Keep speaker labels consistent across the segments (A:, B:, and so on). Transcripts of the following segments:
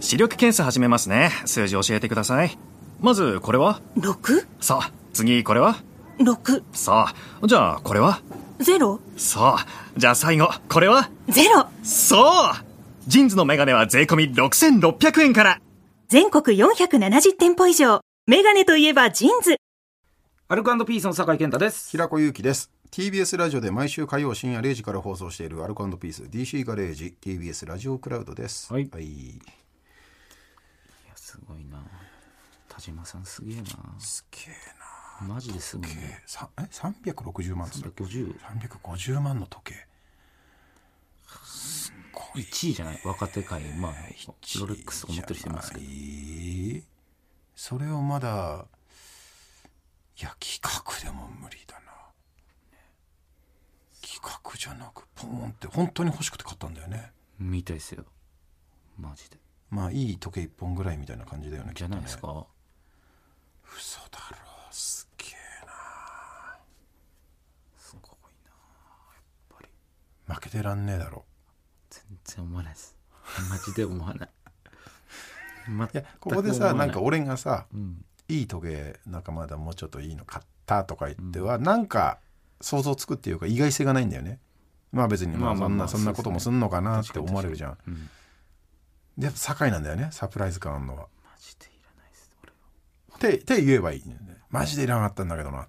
A: 視力検査始めますね。数字教えてください。まず、これは
B: 6?
A: さあ、次、これは
B: 6
A: さあ、じゃあ、これは
B: ゼロ
A: さあ、じゃあ最後、これは
B: ゼロ
A: そうジンズのメガネは税込み6600円から
B: 全国470店舗以上メガネといえばジーンズ
C: アルコピースの酒井健太です。
D: 平子祐希です TBS ラジオで毎週火曜深夜0時から放送しているアルコピース DC ガレージ TBS ラジオクラウドです
C: はい
D: い、
C: すごいな。田島さんすげえな。すげえな。マジですごいね。
D: さえ360万っつったっけ
C: 350
D: 350万の時計すごい
C: 1位じゃない若手界、まあ、ロレックスとか持ってる人いますけど。
D: どそれをまだいや企画でも無理だな企画じゃなくポーンって本当に欲しくて買ったんだよね
C: みたいですよ。マジで。
D: まあいい時計一本ぐらいみたいな感じだよね
C: じゃないですか。
D: 嘘だろすげえ
C: すごいな。
D: な負けてらんねえだろ
C: 全然思わないです。マジで思わ ない。
D: いやここでさなんか
C: 俺、
D: 俺がさ、
C: うん、
D: いい時計なんかまだもうちょっといいの買ったとか言っては、なんか想像つくっていうか意外性がないんだよねまあ別にまあ
C: ま
D: そ
C: あまあま
D: んな
C: あ
D: そんなこともすんのかなって思われるじゃん
C: うん。
D: でやっぱ堺なんだよねサプライズ感あんのは
C: マジでいらないです。俺は。
D: てて言えばいいんだよねマジでいらなかったんだけどなっ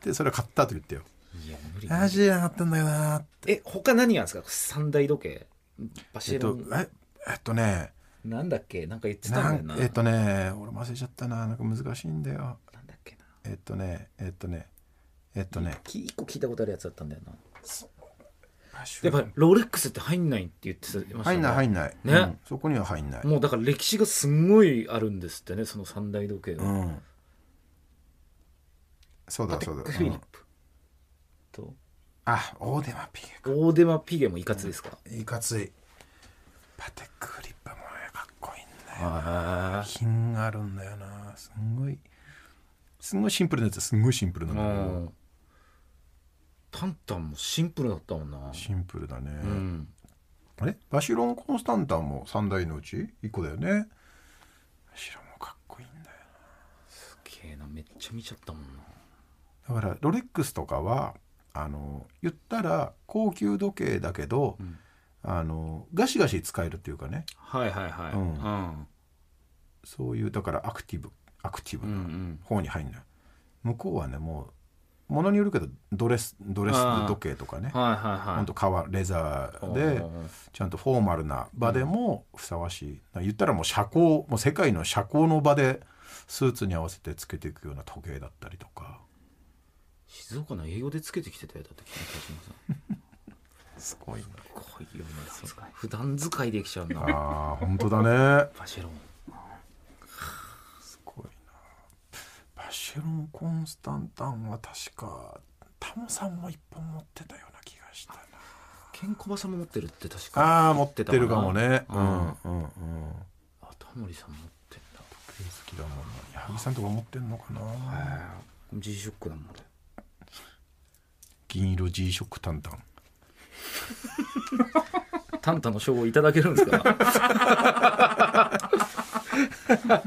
D: て でそれを買ったと言ってよ
C: いや、無理。
D: マジでいらなかったんだよなって
C: え、他何があるんですか三大時計。バシ
D: えっ
C: エロ
D: と
C: ン、
D: ええっとね
C: なんだっけなんか言ってた
D: なんん
C: だよな。
D: えっとね俺も忘れちゃったななんか難しいんだよ
C: なんだっけな。
D: えっとねえっとねえっとね
C: き一個聞いたことあるやつだったんだよな。
D: や
C: やっぱりロレックスって入んないって言ってましたね
D: 入んない入んない、
C: ね
D: うんそこには入んない、
C: もうだから歴史がすんごいあるんですってね、その三大時計
D: う
C: は。
D: ん、そうだそうだ、
C: フィリ
D: う
C: ッ
D: ん
C: プ。と、
D: あオーデマピ
C: オーデマピゲもいかつですか。
D: ゲいかついパテックフリップもねかっこいいんだよ
C: あ
D: 品があるんだよなすんごいすんごいシンプルなやつはすんごいシンプルなんだけど、
C: もう。タンタンもシンプルだったもんな。
D: シンプルだね、
C: うん。
D: あれバシロン・コンスタンタンも3代のうち1個だよねバシロンもかっこいいんだよ
C: すげえな、めっちゃ見ちゃったもんな。
D: なだからロレックスとかはあの言ったら高級時計だけど、
C: ん
D: あのガシガシ使えるっていうかね
C: はいはいはい。
D: う
C: う
D: ん
C: ん。
D: そういうだからアクティブアクティブ
C: うんう。
D: なん方に入んない、向こうはねもうものによるけどドレスドレス
C: あー
D: 時計とかね
C: はいはいは
D: ほ
C: い
D: んと。革レザーで
C: うん
D: ちゃんとフォーマルな場でもふさわしい、言ったらもう社交もう世界の社交の場でスーツに合わせてつけていくような時計だったりとか
C: 静岡の営業でつけてきてたよだって北島さん
D: すごいな
C: 怖いよね普段使いできちゃうな
D: あー本当だね
C: バシェロン
D: すごいなバシェロン・コンスタンタンは確かタモさんも一本持ってたような気がしたな
C: ケンコバさんも持ってるって確か
D: ああ持ってるかもね
C: う
D: うんんうんうん
C: あタモリさん持ってんだ
D: 時計好きだもんな矢作さんとか持ってんのかな
C: G ショックだもん俺
D: 銀色 G ショックタンタン
C: タンタの称号いただけるんですか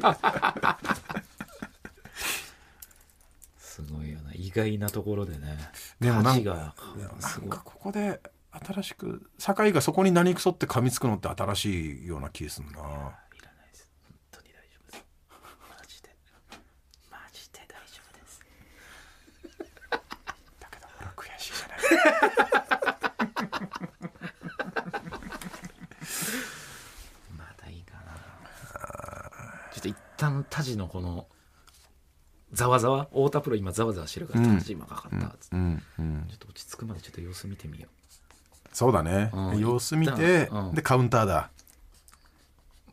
C: すごいよな意外なところでね
D: でもなん
C: 価値が
D: いや
C: す
D: な
C: ご
D: ん
C: い
D: かここで新しく酒井がそこに何くそって噛みつくのって新しいような気すんない
C: らないです。本当に大丈夫です。マジで。マジで大丈夫です。
D: だけど俺は悔しいじゃない
C: まだいいかな。ちょっと一旦タジのこの。ざわざわ、太田プロ今ざわざわしてるから、
D: うん
C: タジ今かかったっつって、
D: うんうん
C: ちょっと落ち着くまでちょっと様子見てみよ
D: そうだね
C: うん
D: 様子見て
C: うん
D: でカウンターだ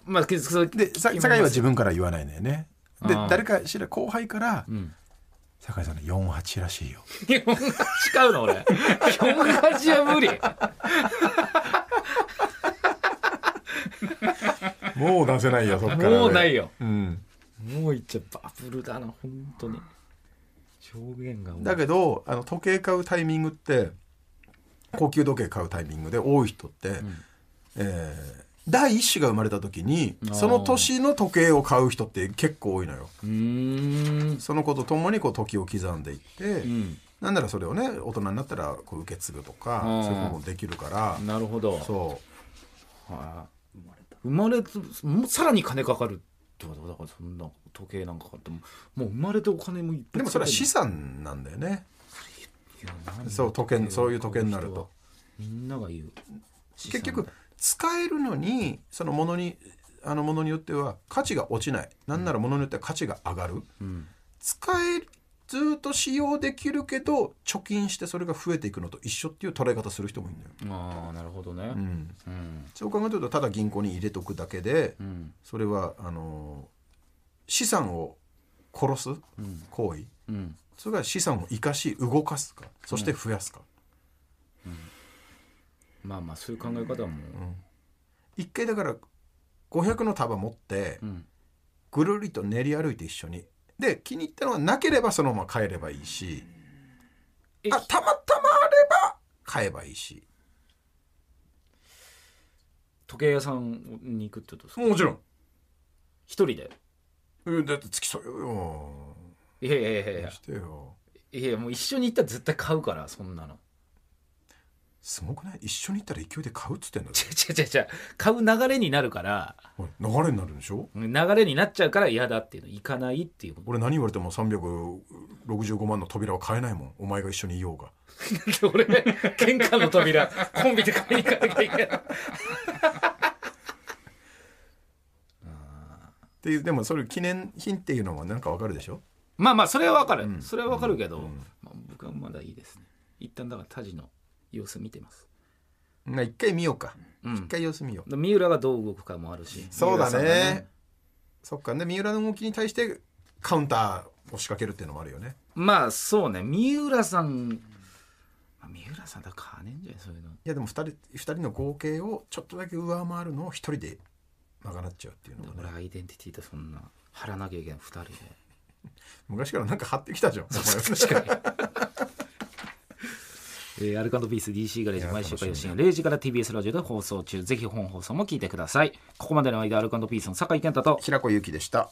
C: う。まあ、けど、それ
D: でさ酒井は自分から言わないんだよねで
C: あー
D: 誰か知ら後輩から
C: うん。
D: 酒井さんの48らしいよ
C: 日本勝ち買うの俺。日本勝ちは無理。
D: もう出せないよそっ
C: もうない
D: よ
C: よ。
D: うん
C: もういっちゃバブルだな、本当に。上限が多い。
D: だけどあの時計買うタイミングって高級時計買うタイミングで多い人って、えー第一子が生まれた時に
C: あー
D: その年の時計を買う人って結構多いのよ
C: うーん
D: その子とともにこう時を刻んでいって、
C: うん
D: なんならそれをね大人になったらこう受け継ぐとか
C: うん
D: そういうこともできるから
C: なるほど
D: そ
C: は生まれたもうさらに金かかるってことだからそんな時計なんか買ってももう生まれてお金もいっ
D: う
C: ぱい
D: でもそれは資
C: 産
D: 産なんだよねそう時計そういう時計になると
C: みんなが言う
D: 結局使えるのにそのものにあのものによっては価値が落ちないなんならものによっては価値が上がる、
C: ん
D: 使えずっと使用できるけど貯金してそれが増えていくのと一緒っていう捉え方する人もいるんだよ、
C: ああなるほどね
D: うん、
C: うん
D: そう考えてるとただ銀行に入れとくだけで
C: うん
D: それはあのー資産を殺す行為、
C: うん
D: それが資産を生かし動かすかそして増やすか、
C: まあまあそういう考え方も
D: 一回だから500の束持って
C: うん
D: ぐるりと練り歩いて一緒にで気に入ったのはなければそのまま帰ればいいし
C: え
D: あたまたまあれば買えばいいし
C: 時計屋さんに行くってことですか
D: もちろん
C: 一人で
D: うんだって付き添うよ
C: いやいやいやいや
D: してよ
C: いやもう一緒に行ったら絶対買うからそんなの
D: すごくない一緒に行ったら勢いで買うっつってんだぞ
C: ちゃちゃちゃ買う流れになるから
D: おい流れになるんでしょ
C: 流れになっちゃうから嫌だっていうの行かないっていうこと
D: 俺何言われても365万の扉は買えないもんお前が一緒にいようが
C: 俺玄関の扉コンビで買いに行かなきゃいけない
D: っていうでもそれ記念品っていうのもなんかわかるでしょ
C: まあまあそれはわかる、それはわかるけど、
D: うん
C: まあ、僕はまだいいですね一旦だからタジの様子見てます
D: な一回見ようか一、
C: ん
D: 回様子見よう
C: 三浦がどう動くかもあるし
D: そう
C: 三浦
D: だ
C: さんが
D: ねそっかで三浦の動きに対してカウンターを仕掛けるっていうのもあるよね
C: まあそうね三浦さん、まあ三浦さんだから買わねえんじゃないそういうの
D: いやでも二人二人の合計をちょっとだけ上回るのを一人で賄っちゃうっていうのが
C: 俺
D: ね
C: アイデンティティとそんな張らなきゃいけない二人で
D: 昔からなんか張ってきたじゃん
C: 確かに。えー、アルカンドピース DC ガレージ毎週火曜深夜0時から TBS ラジオで放送中ぜひ本放送も聞いてくださいここまでの間アルカンドピースの酒井健太と
D: 平子祐希でした